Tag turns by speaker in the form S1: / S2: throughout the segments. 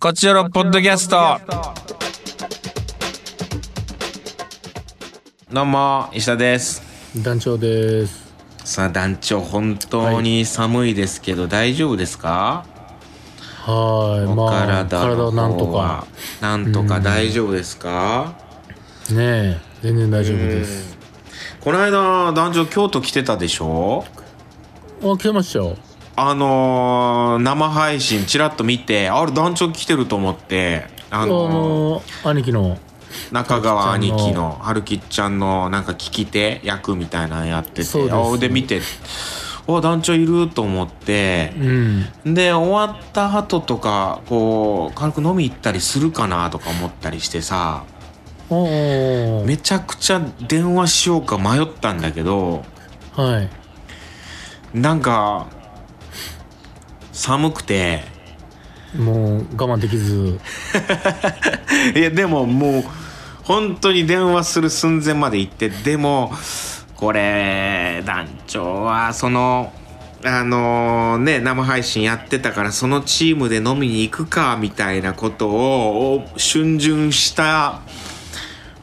S1: こちらのポッドキャスト。どうも、石田です。
S2: 団長です
S1: さあ、団長、本当に寒いですけど、大丈夫ですか。
S2: はーい
S1: お
S2: まあ
S1: 体
S2: 体
S1: の方は
S2: をなんとか。
S1: なんとか大丈夫ですか。
S2: ねえ全然大丈夫です
S1: この間、団長京都来てたでしょ
S2: あ来てましたよ
S1: あのー、生配信ちらっと見て、あれ団長来てると思って。あ
S2: あ
S1: のー
S2: の兄貴の
S1: 中川兄貴
S2: 春樹ちゃん
S1: の春樹ちゃんのなんか聞き手役みたいなのやってて
S2: そうです
S1: あで見てお団長いると思って
S2: うん
S1: で終わった後とかこう軽く飲み行ったりするかなとか思ったりしてさ
S2: おー
S1: めちゃくちゃ電話しようか迷ったんだけど
S2: はい
S1: なんか寒くて
S2: もう我慢できず
S1: いやでももう本当に電話する寸前まで行ってでもこれ団長はそのあのね生配信やってたからそのチームで飲みに行くかみたいなことを逡巡した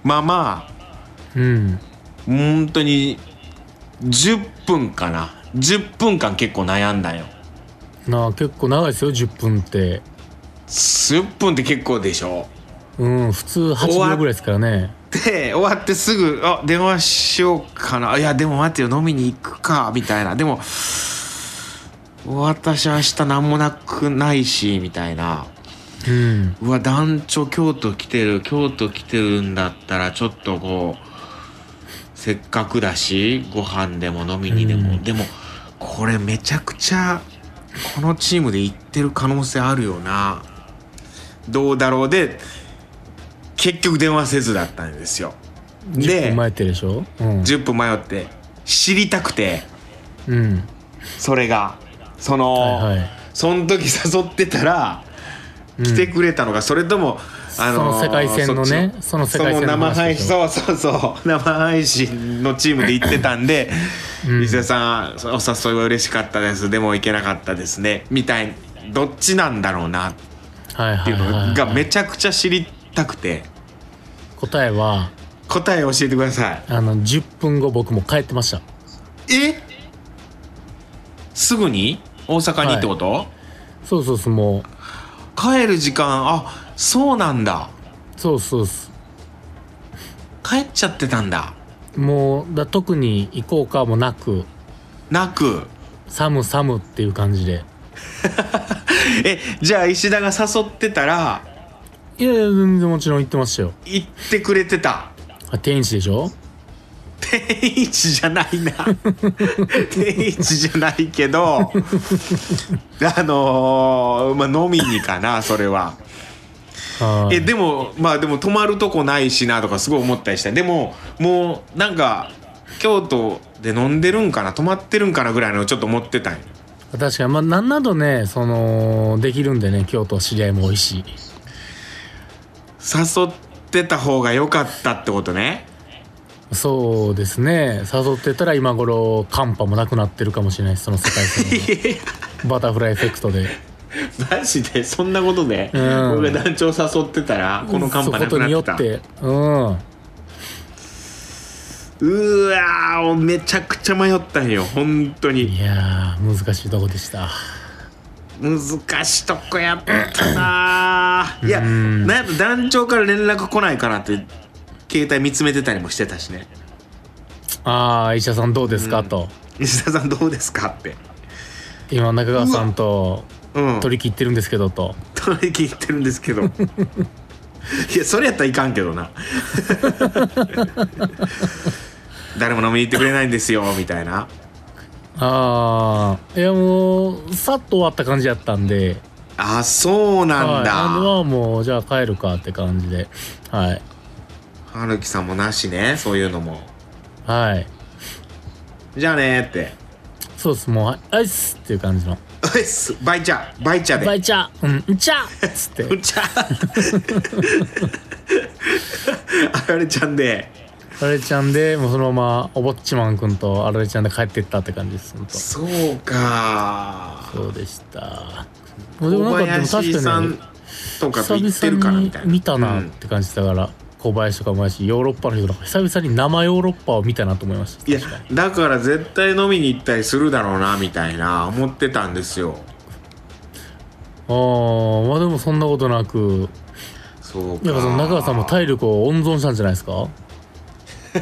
S1: まま
S2: うん
S1: 本当に10分かな10分間結構悩んだよ
S2: なあ結構長いですよ10分って
S1: 10分って結構でしょ
S2: うん普通
S1: 終わ
S2: 8秒ぐらいですからね
S1: で終わってすぐ「あ電話しようかな」「いやでも待ってよ飲みに行くか」みたいなでも「私明日何もなくないし」みたいな
S2: うん
S1: 「うわ団長京都来てる京都来てるんだったらちょっとこうせっかくだしご飯でも飲みにでも、
S2: うん
S1: でもこれめちゃくちゃこのチームで行ってる可能性あるよなどうだろうで結局電話せずだったんですよ。
S2: 10
S1: で
S2: 分前ってでしょうん
S1: 10分迷って知りたくて
S2: うん
S1: それがその、
S2: はいはい
S1: その時誘ってたら来てくれたのか、それともあ
S2: その世界線のね
S1: そっち
S2: その世界線
S1: そ
S2: の
S1: 生配信
S2: 話
S1: そうそうそう生配信のチームで行ってたんで 「
S2: うん
S1: 伊勢さんお誘いは嬉しかったですでも行けなかったですね」みたいどっちなんだろうなって
S2: はいはい
S1: いう
S2: はいは
S1: の
S2: い
S1: がめちゃくちゃ知りたくて
S2: 答えは
S1: 答え教えてください
S2: あの10分後僕も帰ってました
S1: えすぐに大阪にってこと、
S2: そうそうそうもう
S1: 帰る時間あそうなんだ
S2: そうそうそ
S1: 帰っちゃってたんだ
S2: うもうだ特に行こうかもなく
S1: なく
S2: 寒寒っていう感じで
S1: えじゃあ石田が誘ってたら
S2: いやいや全然もちろん行ってましたよ
S1: 行ってくれてた
S2: あ天一でしょ
S1: 定位置じゃないな 定位置じゃないけど あのー、まあ飲みにかなそれは
S2: はい
S1: えでもまあでも泊まるとこないしなとかすごい思ったりしたでももうなんか京都で飲んでるんかな泊まってるんかなぐらいのちょっと思ってたんよ
S2: 確かにまあなんなどねそのできるんでね京都知り合いも多いし
S1: 誘ってた方が良かったってことね
S2: そうですね誘ってたら今頃寒波もなくなってるかもしれないですその世界線 のバタフライエフェクトで
S1: マジでそんなことで、
S2: うん
S1: 僕が団長誘ってたらこのカンパなく
S2: そうこと
S1: なっ
S2: に
S1: て
S2: よったてうん
S1: うわーめちゃくちゃ迷ったんよ本当に
S2: いやー難しいとこでした
S1: 難しいとこやったなーいや
S2: うん
S1: なんやった団長から連絡来ないかなって携帯見つめてたりもしてたしね
S2: ああ医者さんどうですか、と
S1: 西田さんどうですかって
S2: 今中川さんと
S1: うん
S2: 取り切ってるんですけどと
S1: 取り切ってるんですけ どいやそれやったらいかんけどな誰も飲みに行ってくれないんですよみたいな
S2: ああいやもうさっと終わった感じやったんで
S1: あそうなんだ、
S2: はい、はもうじゃあ帰るかって感じではい
S1: はるきさんもなしねそういうのも
S2: はい
S1: じゃあねーって
S2: そうっすもう「あいっす」っていう感じの
S1: うっすバイチャバイチャ
S2: 「バ
S1: で
S2: イチャうんうんちゃ」っつって
S1: うっちゃあれちゃんで
S2: あられちゃんでもうそのままおぼっちまんくんとあられちゃんで帰ってったって感じですほんと
S1: そうか
S2: そうでした
S1: 小
S2: でもなんかでも
S1: 林
S2: 確
S1: さ
S2: か
S1: ん
S2: に
S1: とかと言って
S2: 久
S1: るから
S2: 々
S1: み
S2: に
S1: たいな
S2: 見たな
S1: う
S2: っ
S1: ん
S2: て感じだから、小林とかもやしヨーロッパの人とか久々に生ヨーロッパを見たなと思いました
S1: いや
S2: 確かに
S1: だから絶対飲みに行ったりするだろうなみたいな思ってたんですよ
S2: あーまあでもそんなことなく
S1: そうか
S2: やっぱその中川さんも体力を温存したんじゃないですか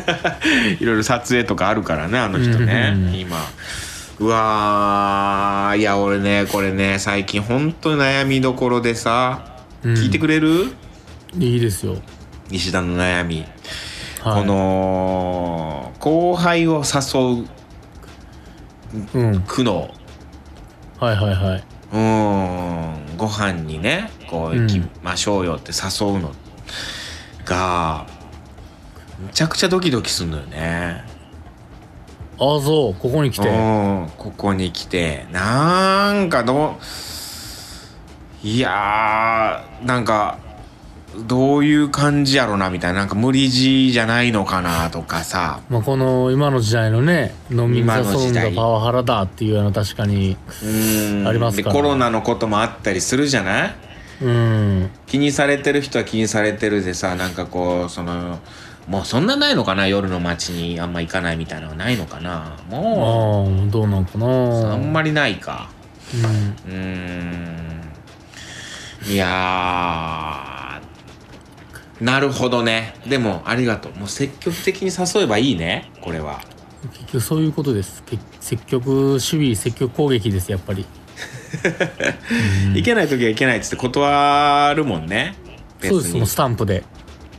S1: いろいろ撮影とかあるからねあの人ね、
S2: うんうんうん
S1: 今うわーいや俺ねこれね最近本当に悩みどころでさ、
S2: うん
S1: 聞いてくれる
S2: いいですよ、
S1: 西田の悩み、
S2: はい、
S1: この後輩を誘う
S2: うんはい
S1: 苦悩
S2: はいはい
S1: うんご飯にねこう行き
S2: うん
S1: ましょうよって誘うのがむちゃくちゃドキドキするのよね。
S2: ああそうここに来ては
S1: うんここに来てなんかどういやーなんかどういう感じやろなみたいななんか無理強いじゃないのかなとかさ、
S2: まあ、この今の時代のね飲みに
S1: 今の
S2: 誘
S1: 時
S2: うんだ
S1: 代
S2: パワハラだっていうような確かに
S1: うん
S2: ありますから
S1: でコロナのこともあったりするじゃない
S2: うん
S1: 気にされてる人は気にされてるでさなんかこうそのもうそんなないのかな夜の街にあんま行かないみたいなのはないのかな
S2: あ
S1: も
S2: あどうなんかな
S1: うあ
S2: あ
S1: んまりないか。
S2: う
S1: う
S2: ん
S1: ーんいやーなるほどねでもありがとうもう積極的に誘えばいいねこれは
S2: 結局そういうことですけ積極守備積極攻撃ですやっぱり
S1: いけない時はいけないっつって断るもんね別
S2: そうですも
S1: に
S2: うスタンプで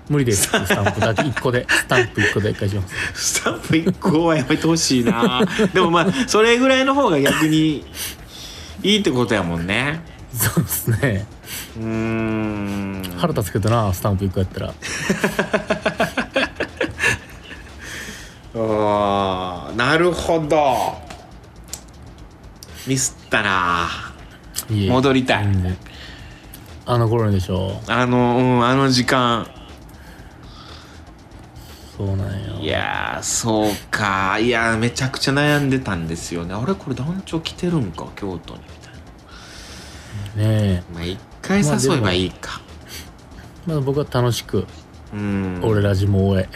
S2: 無理 ですスタンプだけ1個でスタンプ1個で返します
S1: スタンプ1個はやめてほしい なでもまあそれぐらいの方が逆にいいってことやもんね
S2: そうですね
S1: うーん
S2: 腹立つけどなスタンプ1個やったら
S1: あーなるほどミスったない
S2: え
S1: 戻りたい、
S2: 全然あの頃でしょ
S1: あの、うん、あの時間。
S2: そうなん
S1: い
S2: よ
S1: やー、そうか。いやー、めちゃくちゃ悩んでたんですよね。あれこれ団長来てるんか、京都に。みたいな。
S2: ねえ、
S1: まあ、一回
S2: まあでも
S1: 誘えばいいか。
S2: まあ、僕は楽しく
S1: うん。
S2: 俺ラジも終え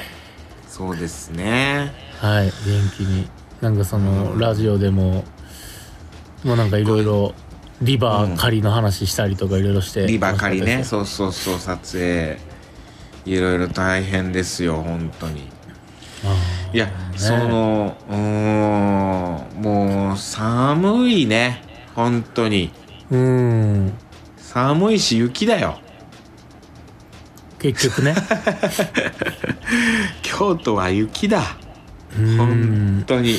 S1: そうですね。
S2: はい元気になんかそのラジオでももうなんかいろいろリバー狩りの話したりとかいろいろして
S1: リバカリね。
S2: 楽しかっ
S1: そうそうそう、撮影。いろいろ大変ですよ、本当に。
S2: たですあ
S1: いや、その、うーん、もう、寒いね。本当に。
S2: ーうん
S1: 寒いし、雪だよ。
S2: 結局 ね
S1: 京都は雪だ。
S2: うー
S1: 本
S2: ん
S1: 当に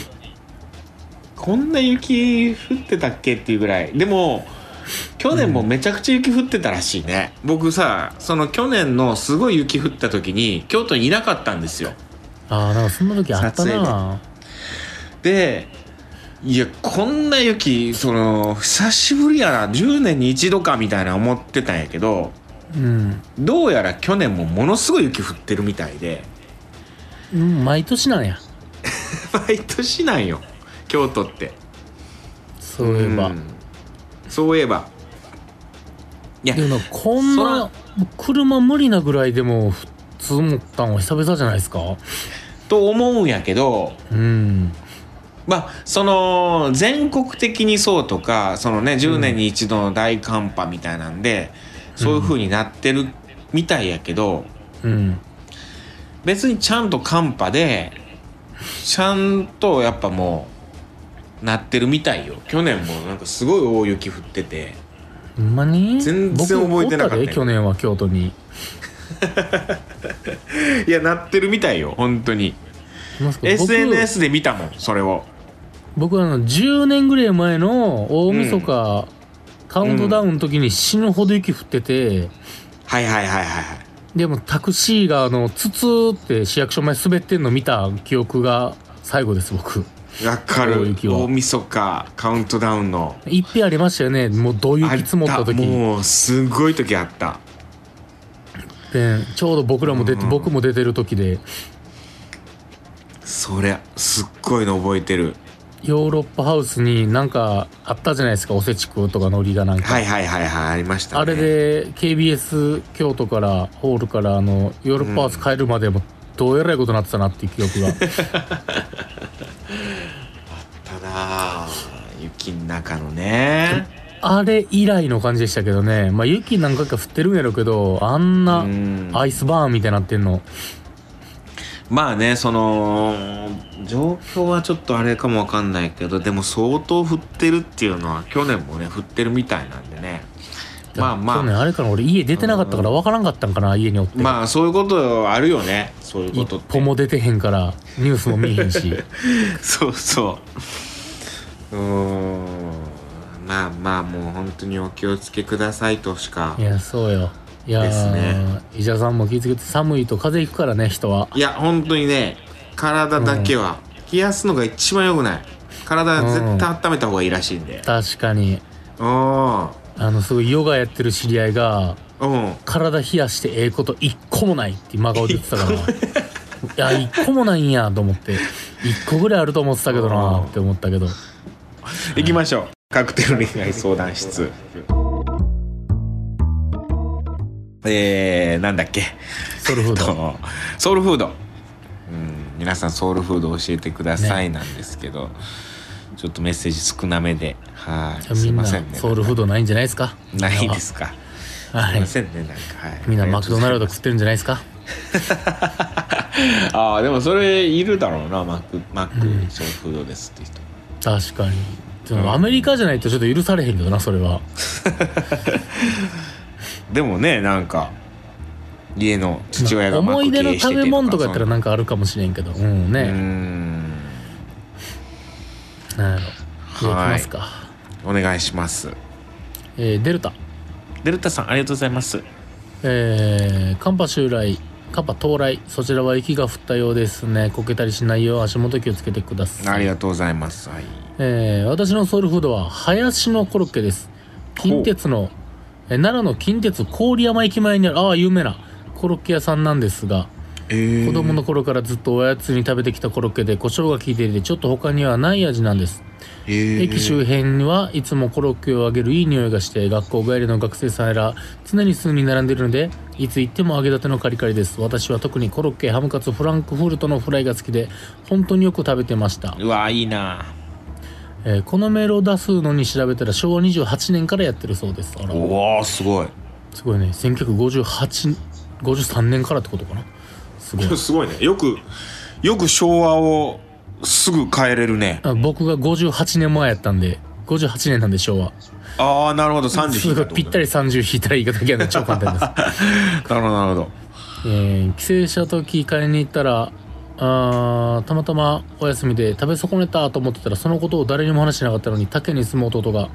S1: こんな雪降ってたっけっていうぐらいでも去年もめちゃくちゃ雪降ってたらしいね、僕さその去年のすごい雪降った時に京都にいなかったんですよ
S2: ああなんかそんな時あった
S1: 撮
S2: な
S1: でいやこんな雪その久しぶりやな10年に一度かみたいな思ってたんやけど
S2: うん
S1: どうやら去年もものすごい雪降ってるみたいで
S2: うん毎年なんや
S1: 毎年なんよ京都って
S2: そういえば、
S1: うんそういえばいや
S2: でもこん
S1: そら
S2: な車無理なぐらいでも普通持ったんは久々じゃないですか
S1: と思うんやけど
S2: うん
S1: まあその全国的にそうとかそのね10年に一度の大寒波みたいなんで、そういう風になってるみたいやけど
S2: うん
S1: 別にちゃんと寒波でちゃんとやっぱもうなってるみたいよ去年もなんかすごい大雪降ってて
S2: ほんまに
S1: 全然覚えてなかったよ
S2: 僕おで去年は京都に
S1: いやなってるみたいよ本当に
S2: なんすか僕
S1: SNS で見たもんそれを
S2: 僕はあの10年ぐらい前の大晦日、カウントダウンの時に死ぬほど雪降ってて、
S1: はいはいはいはいはい
S2: でもタクシーがあのツツーって市役所前滑ってんの見た記憶が最後です僕
S1: わか
S2: 大
S1: る
S2: 雪は
S1: 大晦日カウントダウンの
S2: いっぺんありましたよねもうど
S1: あ
S2: 雪積もった時
S1: もうすごい時あった
S2: でちょうど僕らも出て、
S1: うん
S2: 僕も出てる時で
S1: それすっごいの覚えてる
S2: ヨーロッパハウスになんかあったじゃないですかおせち食うとかノリがなんか、
S1: はいはいはいはいありましたね
S2: あれで KBS 京都からホールからあのヨーロッパハウス帰るまでもどうえらいことになってたなっていう記憶 が
S1: ただ雪の中のね
S2: あれ以来の感じでしたけどねまあ雪何回か降ってるんやろうけどあんな
S1: うん
S2: アイスバーンみたいになってんの
S1: まあねその状況はちょっとあれかもわかんないけどでも相当降ってるっていうのは去年もね降ってるみたいなんでねまあま
S2: 去年
S1: あ
S2: あれから俺家出てなかったから分からんかったんかな家におって、
S1: まあそういうことあるよねそういうこ
S2: 一
S1: とっ
S2: 歩
S1: て
S2: も出てへんからニュースも見えへん し
S1: そうそううーんまあまあもう本当にお気をつけくださいとしか
S2: いやそうよいや
S1: ですね
S2: ー医者さんも気ぃつけて寒いと風邪ひくからね人はい
S1: や本当にね体だけは冷やすのが一番良くない体は絶対温めた方がいいらしいんで
S2: 確かに
S1: うん
S2: あのすごいヨガやってる知り合いが
S1: うん
S2: 体冷やしてええこと一個もないって真顔で言ってたからいや一個もないんやと思って一個ぐらいあると思ってたけどなって思ったけど
S1: 行きましょうカクテル恋愛相談室えー、なんだっけ
S2: ソウルフード
S1: とソウルフード、うん、皆さんソウルフード教えてくださいなんですけど、ちょっとメッセージ少なめではいす
S2: み
S1: い
S2: ん
S1: ま
S2: な
S1: せんね
S2: ソウルフードないんじゃないですか
S1: ないですか
S2: は
S1: すい
S2: い
S1: ませんねなんかはい
S2: みんなマクドナルド
S1: ありがとうございます
S2: 食ってるんじゃないですか
S1: あーでもそれいるだろうなマックマック、ソウルフードですって人
S2: 確かにでもアメリカじゃないとちょっと許されへんけどなそれは
S1: でもねなんか家の父親がマ
S2: 思
S1: ッ
S2: い
S1: ク経
S2: 出の
S1: 営して
S2: 食
S1: て
S2: べ物とかやったら
S1: ね
S2: なんかあるかもしれんけどうん
S1: う
S2: ね、
S1: ん
S2: なんやろじゃあ
S1: はい
S2: 行きますか、
S1: お願いします
S2: えーデルタ
S1: デルタさんありがとうございます
S2: えー寒波襲来寒波到来そちらは雪が降ったようですねこけたりしないよう足元気をつけてくだ
S1: あ
S2: さ
S1: り
S2: い、
S1: がとうございますはい
S2: えー私のソウルフードは林のコロッケです近鉄のえー奈良の近鉄郡山駅前にあるああ有名なコロッケ屋さんなんですが
S1: え
S2: 子供の頃からずっとおやつに食べてきたコロッケで胡椒が効いていてちょっと他にはない味なんです
S1: えー
S2: 駅周辺にはいつもコロッケをあげるいい匂いがして学校帰りの学生さんやら常に数人並んでいるのでいつ行っても揚げたてのカリカリです私は特にコロッケハムカツフランクフルトのフライが好きで本当によく食べてました、
S1: うわいいな
S2: えーこのメールを出すのに調べたら昭和28年からやってるそうですあら
S1: おおすごい
S2: すごいね1958 53年からってことかなすご い
S1: すごいねよくよく昭和をすぐ変えれるね
S2: あ僕が58年前やったんで58年なんで昭和
S1: ああなるほど30
S2: す
S1: 引い
S2: ご
S1: た
S2: いぴったり30引いたらいいかだけなんで超簡 単です
S1: なるほどなるほど
S2: えー帰省した時買いに行ったらあーたまたまお休みで食べ損ねたと思ってたらそのことを誰にも話してなかったのに他県に住む弟が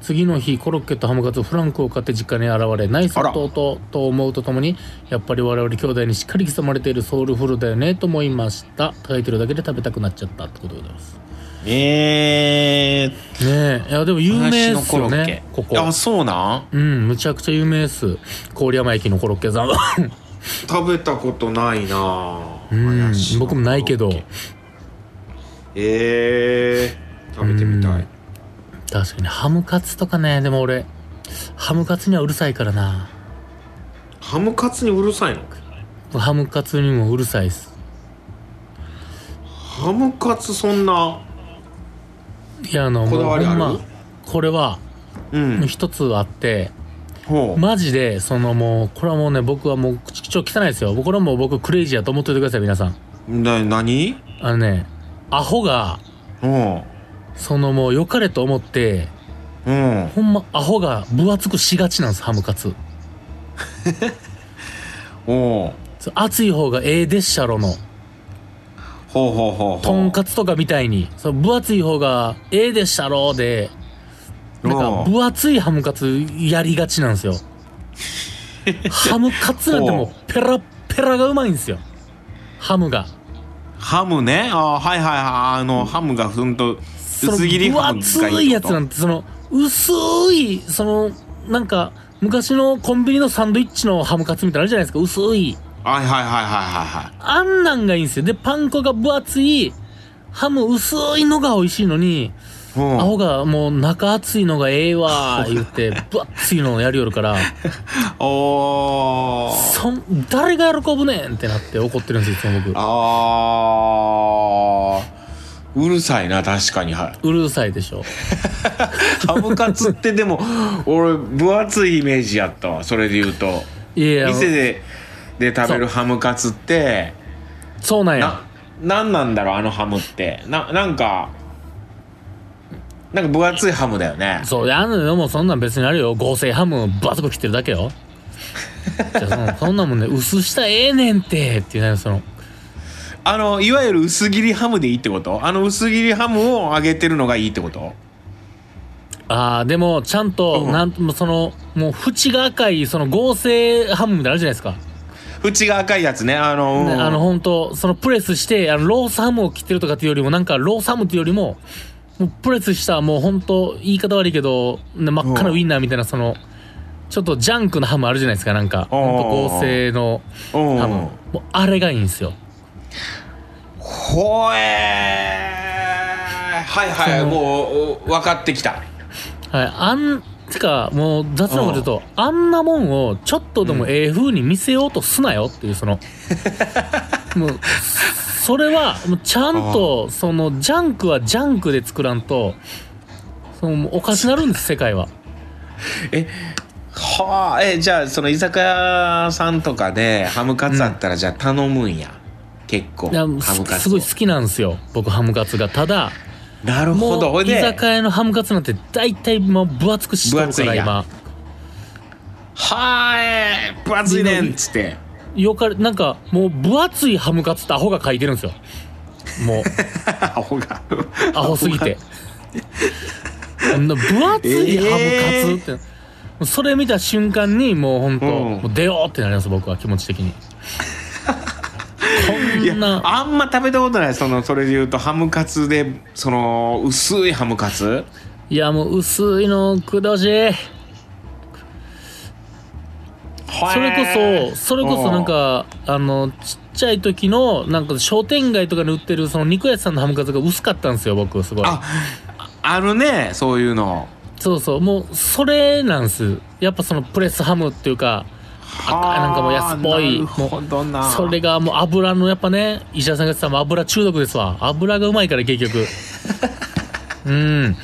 S2: 次の日コロッケとハムカツフランクを買って実家に現れナイス
S1: あら
S2: 弟と思うとともにやっぱり我々兄弟にしっかり刻まれているソウルフードだよねと思いました炊いてるだけで食べたくなっちゃったってことでございます
S1: ええ
S2: ねえいやでも有名ですよねここ
S1: あそうなん
S2: うんむちゃくちゃ有名です郡山駅のコロッケさんは
S1: 食べたことないな
S2: うん僕もないけど
S1: ええ食べてみたい
S2: 確かにハムカツとかねでも俺ハムカツにはうるさいからな
S1: ハムカツにうるさいの
S2: ハムカツにもうるさいっす
S1: ハムカツそんない
S2: やあの
S1: こだわりある
S2: もうほんまこれは
S1: う
S2: もうん一つあって、
S1: ほう
S2: マジでそのもうこれはもうね僕はもう口口調汚いですよこれはもう僕クレイジーやと思っといてください皆さん
S1: な何
S2: あのねアホが
S1: うん
S2: そのもう良かれと思って
S1: うん
S2: ほんまアホが分厚くしがちなんですハムカツ
S1: おう
S2: そう熱い方がええでっしゃろの
S1: ほうほうほうほう
S2: とんかつとかみたいにその分厚い方がええでっしゃろでなんか
S1: おう
S2: 分厚いハムカツやりがちなんですよハムカツなんても
S1: ほ
S2: うペラッペラがうまいんですよハムが
S1: ハムねあーはいはいはいあのハムがふんと
S2: その
S1: 薄切りハムがいいってこと
S2: 分厚いやつなんてその薄いそのなんか昔のコンビニのサンドイッチのハムカツみたいなのあるじゃないですか薄い
S1: はいはいはいはいはいはい
S2: あんなんがいいんですよでパン粉が分厚いハム薄いのが美味しいのに、
S1: うん
S2: 青がもう中熱いのがええわー言って、ぶわっついのをやりよ るから、
S1: おー
S2: そん、誰が喜ぶねんってなって怒ってるんですよ、いつも僕。
S1: あーうるさいな確かには
S2: うるさいでしょ。
S1: ハムカツってで も俺分厚いイメージやったわそれで言うと
S2: いやい
S1: 店
S2: や、
S1: でで食べるハムカツって
S2: そうなんや
S1: な。なんなんだろうあのハムってななんかなんか分厚いハムだよね
S2: そう、あの、でもそんなん別にあるよ。合成ハムバツバツ切ってるだけ よ。じゃあその、そんなもんね、薄したらええねんてっていうね、その、
S1: あのいわゆる薄切りハムでいいってことあの薄切りハムを揚げてるのがいいってこと
S2: ああ、でも、ちゃんと、
S1: うん
S2: なんもうその、もう、縁が赤い、その合成ハムみたいなのあるじゃないですか。
S1: 縁が赤いやつねあの,、
S2: ねあの、本当そのプレスして、あの、ロースハムを切ってるとかっていうよりも、なんか、ロースハムっていうよりも、もうプレスした、もう本当言い方悪いけど、ね、真っ赤なウインナーみたいな、その、ちょっとジャンクなハムあるじゃないですか、なんか。
S1: うん
S2: ほんと合成の
S1: うん
S2: ハム。もう、あれがいいんですよ。
S1: ほえーはいはい
S2: その
S1: もう分かってきた
S2: はい、あん、てか、もう雑なこと言うと、あんなもんをちょっとでもええ風に見せようとすなよっていう、その、もう、それは、もうちゃんと、その、ジャンクはジャンクで作らんと、その、もうおかしなるんです、世界は。
S1: はあえじゃあその居酒屋さんとかでハムカツあったら、じゃあ頼むんや結構
S2: いや
S1: ハムカツ
S2: すすごい
S1: を
S2: 好きなんですよ、僕、ハムカツが。ただ、
S1: なるほど
S2: も
S1: ほ
S2: う、
S1: い
S2: 居
S1: で
S2: 酒屋のハムカツなんて、大体、もう、分厚くしとる
S1: 分厚
S2: か
S1: いん
S2: ら、
S1: や
S2: 今。
S1: はーえー分厚いねんっつって
S2: よかれ、なんか、もう、分厚いハムカツってアホが書いてるんですよ。もう。
S1: アホが
S2: アホすぎて。あんな分厚いハムカツって、それ見た瞬間にもう本当、
S1: うん
S2: もう出ようってなります僕は気持ち的に
S1: い
S2: こ
S1: や
S2: んな
S1: あんま食べたことないそのそれで言うとハムカツでその薄いハムカツ
S2: いやもう薄いのくどしいそれこそそれこそなんかあのちっちゃい時のなんか商店街とかに売ってるその肉屋さんのハムカツが薄かったんですよ僕すごい
S1: ああるねそういうの
S2: そうそうもうそれなんですやっぱそのプレスハムっていうか
S1: はあ
S2: なんかもう安っぽい
S1: なるほどな
S2: それがもう油のやっぱね医者さんが言ってたもん油中毒ですわ油がうまいから結局うん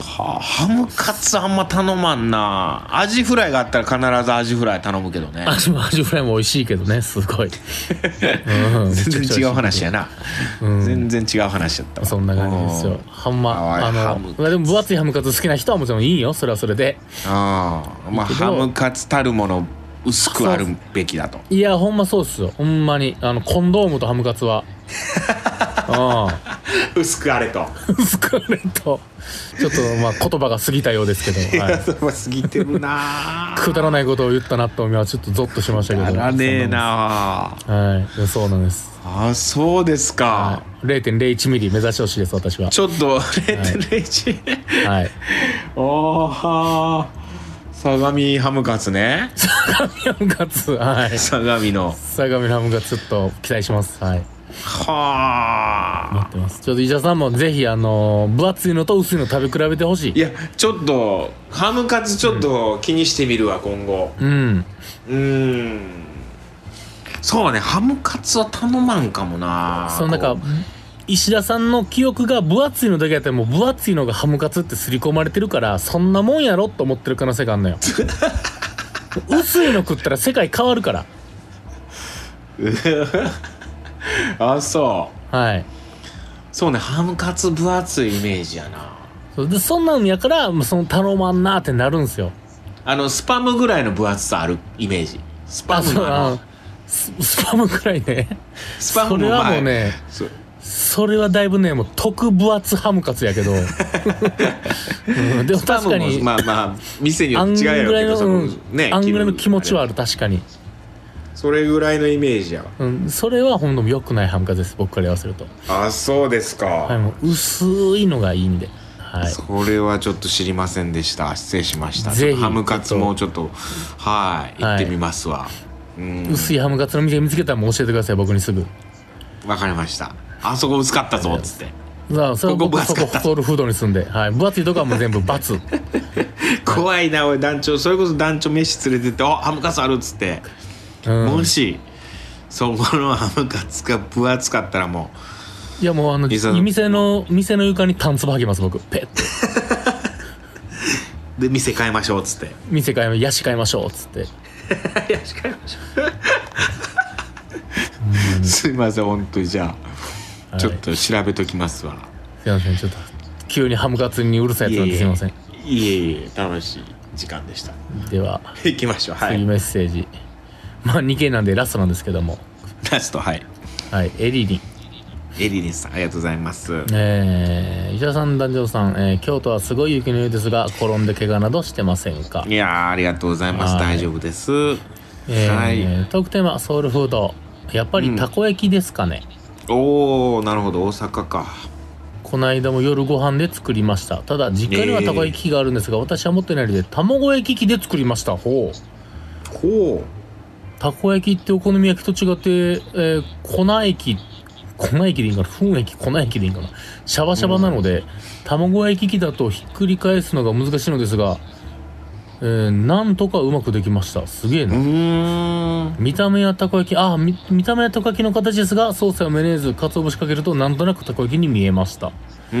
S1: はあハムカツあんま頼まんなアジフライがあったら必ずアジフライ頼むけどね
S2: 味も味フライも美味しいけどねすごい、うん
S1: 全然違う話やな、
S2: う
S1: 全
S2: ん
S1: 然違う話やったわ
S2: そんな感じですよハン
S1: かわいい
S2: マあ
S1: ハ
S2: の
S1: ム
S2: まあでも分厚いハムカツ好きな人はもちろんいいよそれはそれで
S1: ああまあ
S2: いいけど
S1: ハムカツたるもの薄くあるべきだと
S2: いやほんまそうっすよほんまにあのコンドームとハムカツはう
S1: 薄くあれと
S2: ん疲れとちょっとまあ言葉が過ぎたようですけ ど、はい、
S1: 過ぎてる な
S2: くだらないことを言ったなと今はちょっとゾッとしましたけど
S1: ならねえな
S2: はいいや、そうなんです。
S1: あそうですか、
S2: 0.01ミリ目指してほしいです、私は。
S1: ちょっと0.01、
S2: はい。
S1: おー相模ハムカツね
S2: ハムカツ、はい。
S1: 相模の
S2: 相模のハムカツ、ちょっと期待します。はい。
S1: は
S2: 待
S1: あ
S2: ってます。ちょっと医者さんもぜひ、あの、分厚いのと薄いの食べ比べてほし
S1: い
S2: い。
S1: やちょっとハムカツちょっと気にしてみるわ、今後
S2: うん。
S1: うーんそうねハムカツは頼まんかもな
S2: そのなんか
S1: こ、
S2: 石田さんの記憶が分厚いのだけやったらもう分厚いのがハムカツって刷り込まれてるから、そんなもんやろと思ってる可能性があん のよ。薄いの食ったら世界変わるから。
S1: う あそう
S2: はい。
S1: そうねハムカツ分厚いイメージやな
S2: そうでそんなんやから、もうその頼まんなってなるんすよ。
S1: あのスパムぐらいの分厚さあるイメージスパ
S2: あ、
S1: ム
S2: そう、
S1: のあの
S2: あのススパムくらいね。
S1: スパ
S2: そ
S1: ム
S2: れ
S1: の
S2: は
S1: 前
S2: もうね、
S1: そう
S2: それはだいぶね、もう特分厚ハムカツやけど。うん、でも
S1: スパ
S2: 確か
S1: ムも
S2: に、
S1: まあまあ店によ
S2: あ
S1: っ
S2: ん
S1: て
S2: ぐ
S1: 違うや
S2: らい
S1: ろうけど
S2: の、
S1: そうの
S2: ん、
S1: ね
S2: あんぐらいの気持ちはある、確かに。
S1: それぐらいのイメージやわ
S2: うん、それはほんと良くないハムカツです、僕から言わせると。
S1: あそうですか、
S2: はい、もう薄いのがいいんで。はい。
S1: それはちょっと知りませんでした失礼しましたち
S2: ぜひ
S1: ょっとハムカツもちょっとはい行ってみますわ、うん
S2: 薄いハムカツの店見つけたらもう教えてください、僕にすぐ。
S1: わかりましたあそこ薄かったぞっつって
S2: さあそれは
S1: ここ
S2: 僕
S1: 分厚
S2: そ
S1: か
S2: こ
S1: った
S2: ソウルフードに住んで、はい、分厚いとこはもう全部罰
S1: 怖いなおい団長それこそ団長飯連れてって「あハムカツある」っつって、
S2: うん
S1: もしそこのハムカツが分厚かったらも
S2: いやもうあの
S1: いざの
S2: 店の店の床にタンツバ吐きます僕ペッて
S1: うで店変えましょうっつ って
S2: 店買いまヤシ買いましょうっつって
S1: すいません本当にじゃあ、
S2: い
S1: ちょっと調べときますわ
S2: すいませんちょっと急にハムカツにうるさいやつなんですいません
S1: いえいえ楽しい時間でした
S2: では
S1: 行きましょうは
S2: 次
S1: い
S2: メッセージ、まあ2件なんでラストなんですけども
S1: ラストはい
S2: はいエリリン
S1: エリリンさんありがとうございます
S2: えー、石田さん、男女さん、えー京都はすごい雪のようですが、転んで怪我などしてませんか
S1: いやーありがとうございます
S2: はい
S1: 大丈夫です
S2: えー
S1: はい
S2: トークテーマ、ソウルフード。やっぱりたこ焼きですかね。
S1: おおなるほど大阪か
S2: この間も夜ご飯で作りました。ただ、実家にはたこ焼き器があるんですが、私は持ってないので、卵焼き器で作りました。ほう。
S1: ほ
S2: たこ焼きってお好み焼きと違って、えー粉液、粉液でいいんかな粉液、粉液でいいんかなシャバシャバなので、卵焼き器だとひっくり返すのが難しいのですが、えーなんとかうまくできました。すげえ
S1: うう
S2: な。
S1: ーん
S2: 見た目はたこ焼き、あ、み見た目はたこ焼きの形ですが、ソースやマヨネーズ、鰹節かけるとなんとなくたこ焼きに見えました。
S1: うーん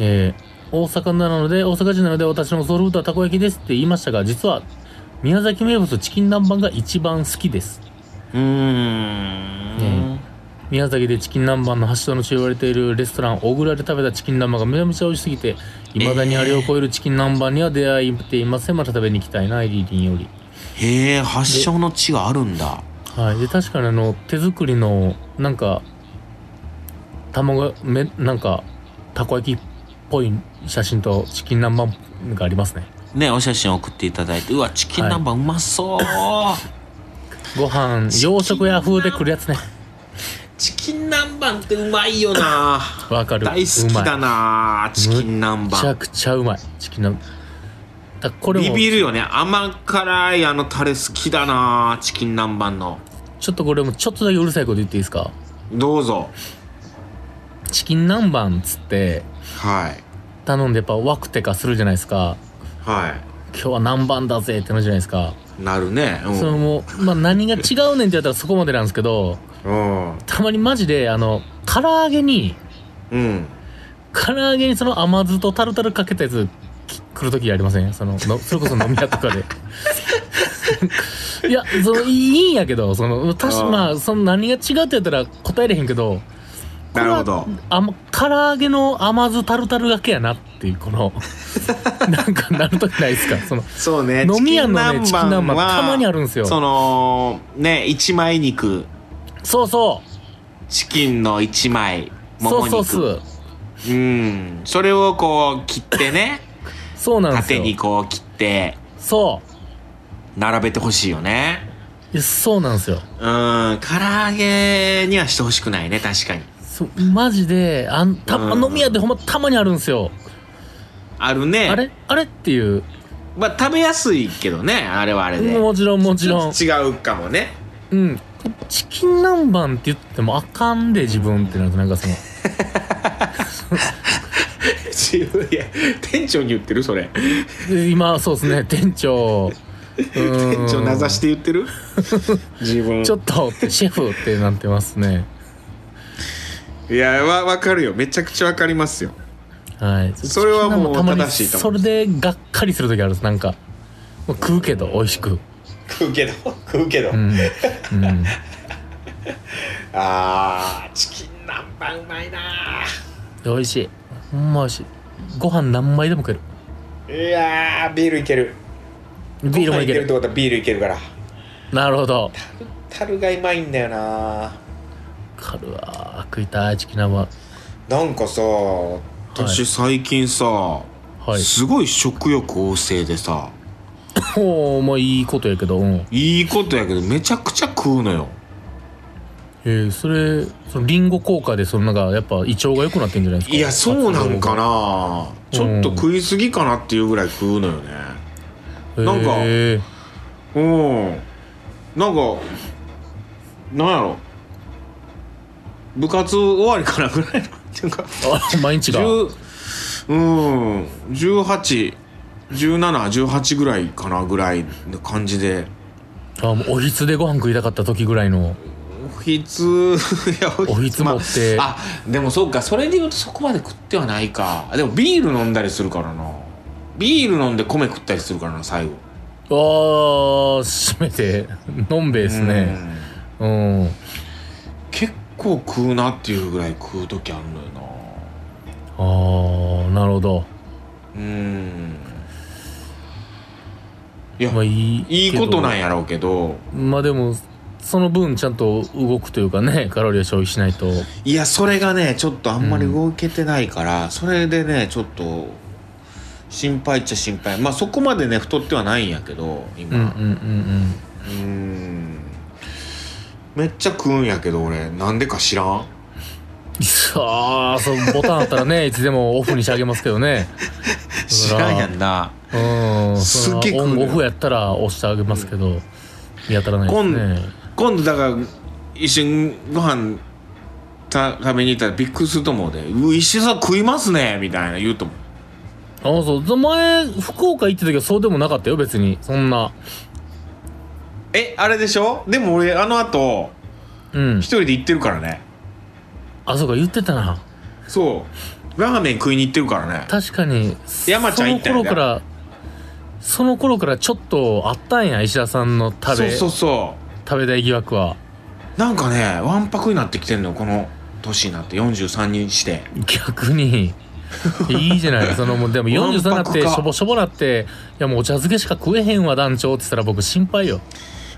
S2: えー大阪なので、大阪人なので私のソウルフードはたこ焼きですって言いましたが、実は、宮崎名物チキン南蛮が一番好きです。
S1: うーん
S2: 宮崎でチキン南蛮の発祥の地と言われているレストラン小倉で食べたチキン南蛮がめちゃめちゃ美味しすぎていまだにあれを超えるチキン南蛮には出会っていませんまた食べに行きたいなエリリンより
S1: へえ発祥の地があるんだ
S2: はいで確かにあの手作りのなんか卵めなんかたこ焼きっぽい写真とチキン南蛮がありますね
S1: ねお写真送っていただいてうわチキン南蛮うま そう、
S2: ご飯洋食屋風で来るやつね
S1: チキン南蛮ってうまいよな
S2: わか る
S1: 大好きだ
S2: う
S1: なチキン南
S2: まいめちゃ
S1: 蛮
S2: くちゃうまいチキン南蛮だこれ
S1: ビ
S2: も
S1: ビるよね甘辛いあのタレ好きだなチキン南蛮の
S2: ちょっとこれもちょっとだけうるさいこと言っていいですか
S1: どうぞ
S2: チキン南蛮っつって
S1: はい
S2: 頼んでやっぱワクテカするじゃないですか
S1: は
S2: 今日は南蛮だぜってなるじゃないですか、
S1: いなるねうん
S2: それもう、まあ、何が違うねんってやったらそこまでなんですけど
S1: うん
S2: たまにマジであの唐揚げに
S1: うん
S2: 唐揚げにその甘酢とタルタルかけたやつき来る時ありませんそののそれこそ飲み屋とかで いやそのいいんやけどその確
S1: あ
S2: か
S1: ー
S2: まあその何が違うってやったら答えれへんけど
S1: なるほど
S2: あま、唐揚げの甘酢タルタルだけやなっていう このなんかなるときないですかその
S1: そうね
S2: 飲み屋のね
S1: チキン南蛮
S2: チキン南
S1: は
S2: 蛮たまにあるんですよ
S1: そのね一枚肉
S2: そうそう
S1: チキンの一枚も
S2: そ
S1: も
S2: う
S1: 肉
S2: そうそう
S1: うんそれをこう切ってね
S2: そう なんです
S1: 縦
S2: よ
S1: にこう切って
S2: そう
S1: 並べてほしいよね
S2: いやそうなんですよ
S1: うん唐揚げにはしてほしくないね確かに
S2: そうマジであんた、
S1: うん
S2: 飲み屋でほんまたまにあるんですよ
S1: あるね
S2: あれあれっていう
S1: まあ食べやすいけどねあれはあれで
S2: もちろんもちろん
S1: ちょっと違うかもね
S2: うんチキン南蛮って言ってもあかんで自分ってなるとなんかその
S1: 自分いや店長に言ってるそれ
S2: え今そうですね店長店
S1: 店長名指して言って る自分
S2: ちょっとシェフってなってますね
S1: いやわわかるよめちゃくちゃわかりますよ
S2: はい。
S1: それはもう
S2: たまに
S1: 正しいと思
S2: それでがっかりする時あるんです。なんか、もう食うけど、美味しく。
S1: 食うけど食うけど、
S2: うん。うん。
S1: あーチキン南蛮うまいな
S2: 美味しい。ほんま美味しい。ご飯何枚でも食える。
S1: いやービールいける
S2: ビールもいける。
S1: とことはビールいけるから
S2: なるほど。
S1: 樽がうまいんだよな
S2: かるわ。食いたい、チキン南蛮。
S1: なんかさ私最近さ、
S2: はい。
S1: すごい食欲旺盛でさ
S2: ほう、まあいいことやけど、うん。え
S1: いいことやけどめちゃくちゃ食うのよ
S2: ー、それ、そのリンゴ効果で、そのなんか、やっぱ胃腸が良くなってんじゃないですか。
S1: いやそうなんか
S2: な。
S1: なちょっと食いすぎかなっていうぐらい食うのよねなんか
S2: え
S1: うんなんかなんやろ部活終わりからぐらいのっていうか
S2: あ毎日が
S1: 10うん181718ぐらいかなぐらいの感じで
S2: あもうおひつでご飯食いたかった時ぐらいの
S1: おひつ いや
S2: おひつ持って
S1: まああでもそうかそれで言うとそこまで食ってはないかでもビール飲んだりするからなビール飲んで米食ったりするからな最後
S2: あー締めてのんべえですね
S1: うん
S2: うん
S1: 結構食うなっていうぐらい食う時あるのよな
S2: あーなるほど
S1: うんいや、
S2: まあいい
S1: いいことなん
S2: い
S1: やろうけど
S2: まあでもその分ちゃんと動くというかねカロリーを消費しないと
S1: いやそれがねちょっとあんまり動けてないから、それでねちょっと心配っちゃ心配まあそこまでね太ってはないんやけど
S2: うんうん
S1: 今
S2: うん
S1: うーんめっちゃ食うんやけど俺なんでか知らん
S2: うんさあそのボタンあったらね いつでもオフにしてあげますけどね
S1: 知らんやんな
S2: うん
S1: すっげえ
S2: そ
S1: 食う
S2: れはオ
S1: の
S2: ン
S1: よ
S2: オフやったら押してあげますけど、見当たらないですね
S1: 今度だから一緒にご飯た食べに行ったらびっくりすると思うで「う石井さん食いますね」みたいな言うと思う
S2: あそうで前福岡行った時はそうでもなかったよ別にそんな
S1: えあれでしょでも俺あの後
S2: うん
S1: 一人で行ってるからね
S2: あそうか言ってたな
S1: そうラーメン食いに行ってるからね
S2: 確かに
S1: 山ちゃん行った
S2: そ
S1: よ
S2: の
S1: ね
S2: 頃からその頃からちょっとあったんや石田さんの食
S1: そう
S2: べ
S1: そうそ
S2: 食べたい疑惑は
S1: うなんかねわんぱくになってきてんのこの年になって43にして
S2: 逆にいいじ ゃないそのもうでも
S1: わんぱく
S2: 43
S1: か
S2: になってしょぼしょぼなっていやもうお茶漬けしか食えへんわ団長って言ったら僕心配よ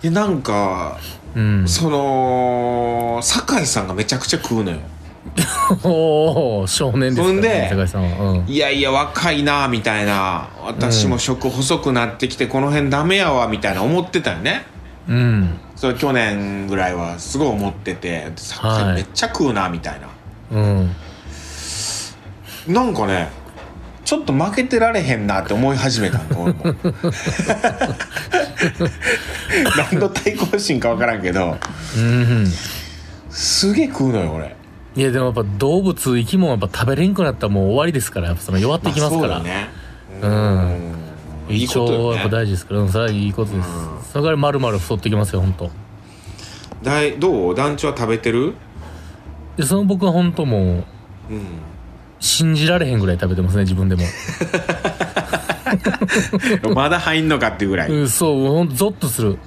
S1: でなんか
S2: うん
S1: その酒井さんがめちゃくちゃ食うのよ
S2: おお少年ですから
S1: そ
S2: ね
S1: んで
S2: 高井さんはうん
S1: いやいや若いなみたいな私も食細くなってきてこの辺ダメやわみたいな思ってたよね
S2: うん
S1: それ去年ぐらいはすごい思ってて酒
S2: は
S1: 井
S2: い
S1: めっちゃ食うなみたいな、
S2: うん
S1: なんかねちょっと負けてられへんなって思い始めたの 俺も何の対抗心か分からんけど
S2: うん
S1: すげえ食うのよ俺
S2: いやでもやっぱ動物生き物はやっぱ食べれんくなったらもう終わりですからやっぱその弱っていきますから、
S1: あそうだね
S2: うん
S1: うんいい
S2: 胃腸
S1: ことよ
S2: はやっぱ
S1: ね
S2: 大事ですからうんそれはいいことです、
S1: う
S2: それからまるまる太ってきますよ本当
S1: だいどう団長は食べて る
S2: でその僕は本当もう
S1: うん
S2: 信じられへんぐらい食べてますね自分でも、
S1: まだ入んのかっていうぐらい。
S2: うん、そうもうほんとゾッとする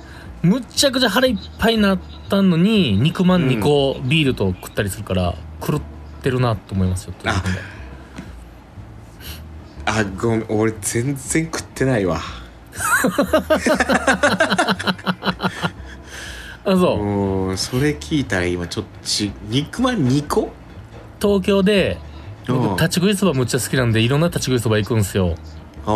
S2: むっちゃくちゃ腹いっぱいになったのに肉まん2個、ビールと食ったりするから狂ってるなと思いますよ
S1: ああ、ごめん、俺全然食ってないわ。
S2: あそう、
S1: うん、それ聞いたら今ちょっとち、肉まん2個
S2: 東京で僕
S1: うん
S2: 立ち食いそばむっちゃ好きなんでいろんな立ち食いそば行くんですよ
S1: う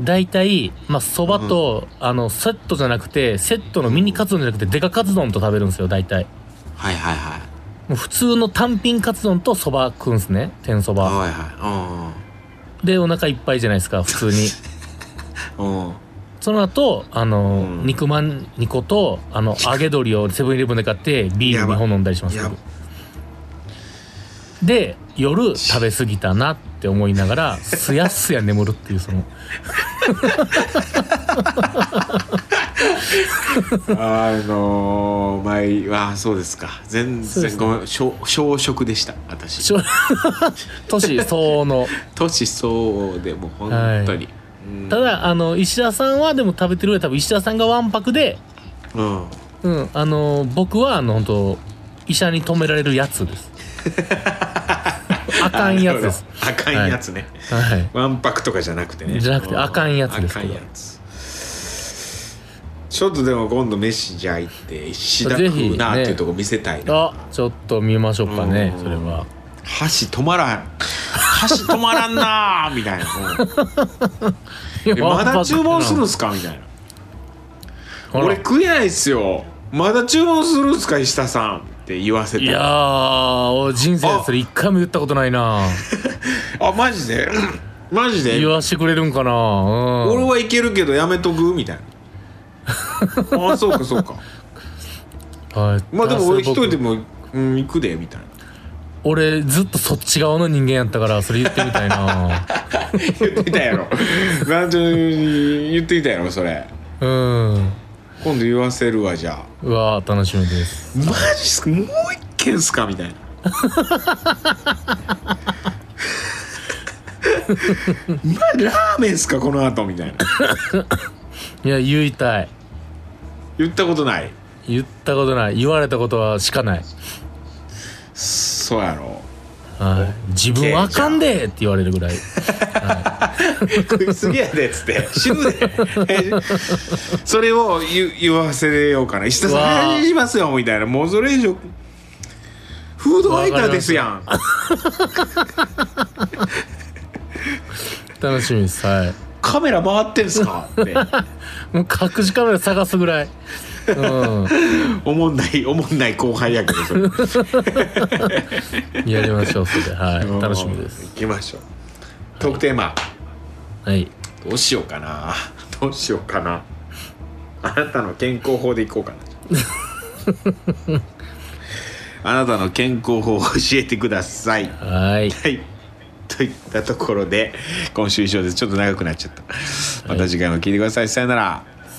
S1: ん。
S2: 大体まあそばと、あのセットじゃなくてセットのミニカツ丼じゃなくてデカカツ丼と食べるんですよ大体
S1: はいはいはい。
S2: もう普通の単品カツ丼とそば食うんですね天そば
S1: はいはい。
S2: でお腹いっぱいじゃないですか普通 に
S1: うん。うん。
S2: その後あの、
S1: うん
S2: 肉まん2個とあの揚げ鶏をセブンイレブンで買ってビー
S1: や
S2: ル
S1: ば
S2: 2本飲んだりします
S1: やば
S2: で夜食べ過ぎたなって思いながらすやすや眠るっていうその
S1: あのー、前は、そうですか。全
S2: そうです
S1: 然、
S2: ね
S1: ごめん、小小食でした、私。
S2: しょ 年相応の
S1: 年そうでも、本当に。うん
S2: ただあの石田さんはでも食べてるより多分石田さんがわんぱくで、
S1: うん。
S2: うん、あの僕はあの本当医者に止められるやつです あかんやつです。
S1: あ かんやつね。
S2: はい
S1: わんぱくとかじゃなくてね
S2: じゃなくて
S1: うん
S2: あかんやつです
S1: あか
S2: けど
S1: んやつちょっとでも今度飯じゃ行って石田
S2: ぜひ
S1: 食うなっ
S2: ね
S1: ていうとこ見せたいな、
S2: あちょっと見ましょうかね
S1: うん
S2: それは
S1: 箸止まらん箸止まらんなーみたいな、うんえまだ注文するんすかみたいな
S2: ほら
S1: 俺食えないっすよまだ注文するんすか石田さんって言わせ
S2: い
S1: て
S2: やー俺人生でそれ一回も言ったことないな
S1: あマジで マジで
S2: 言わしてくれるんかなうん
S1: 俺はいけるけどやめとくみたい なあそうかそうか
S2: はい
S1: まあでも俺一人で
S2: も
S1: も、うん、行くでみたいな
S2: 俺ずっとそっち側の人間やったからそれ言ってみたいな
S1: 言ってたやろ団長に言ってきたやろそれ
S2: うん
S1: 今度言わせるわじゃあ
S2: うわー楽しみです
S1: マジっすかもう一軒っすかみたいなまラーメンっすかこの後みたいない
S2: や言いたい
S1: 言ったことない
S2: 言ったことない言われたことはしかない、
S1: そうやろ
S2: はい、自分はあかんでって言われるぐらい
S1: 食いすぎやでっつって死ぬで それを言言わせようかな石田
S2: うわ
S1: さん
S2: ー
S1: 何しますよみたいなもうそれ以上フードファイターですやん
S2: 楽しみですはい
S1: カメラ回ってんすかって
S2: もう隠しカメラ探すぐらいう
S1: おもんないおもんない後輩やけどそれ
S2: んやりましょうそれで はい楽しみです
S1: 行きましょう特テーマ
S2: はい
S1: どうしようかな どうしようかなあなたの健康法でいこうかな あなたの健康法を教えてください
S2: はい
S1: はい。といったところで、今週以上です。ちょっと長くなっちゃった。また次回も聞いてください。さよなら。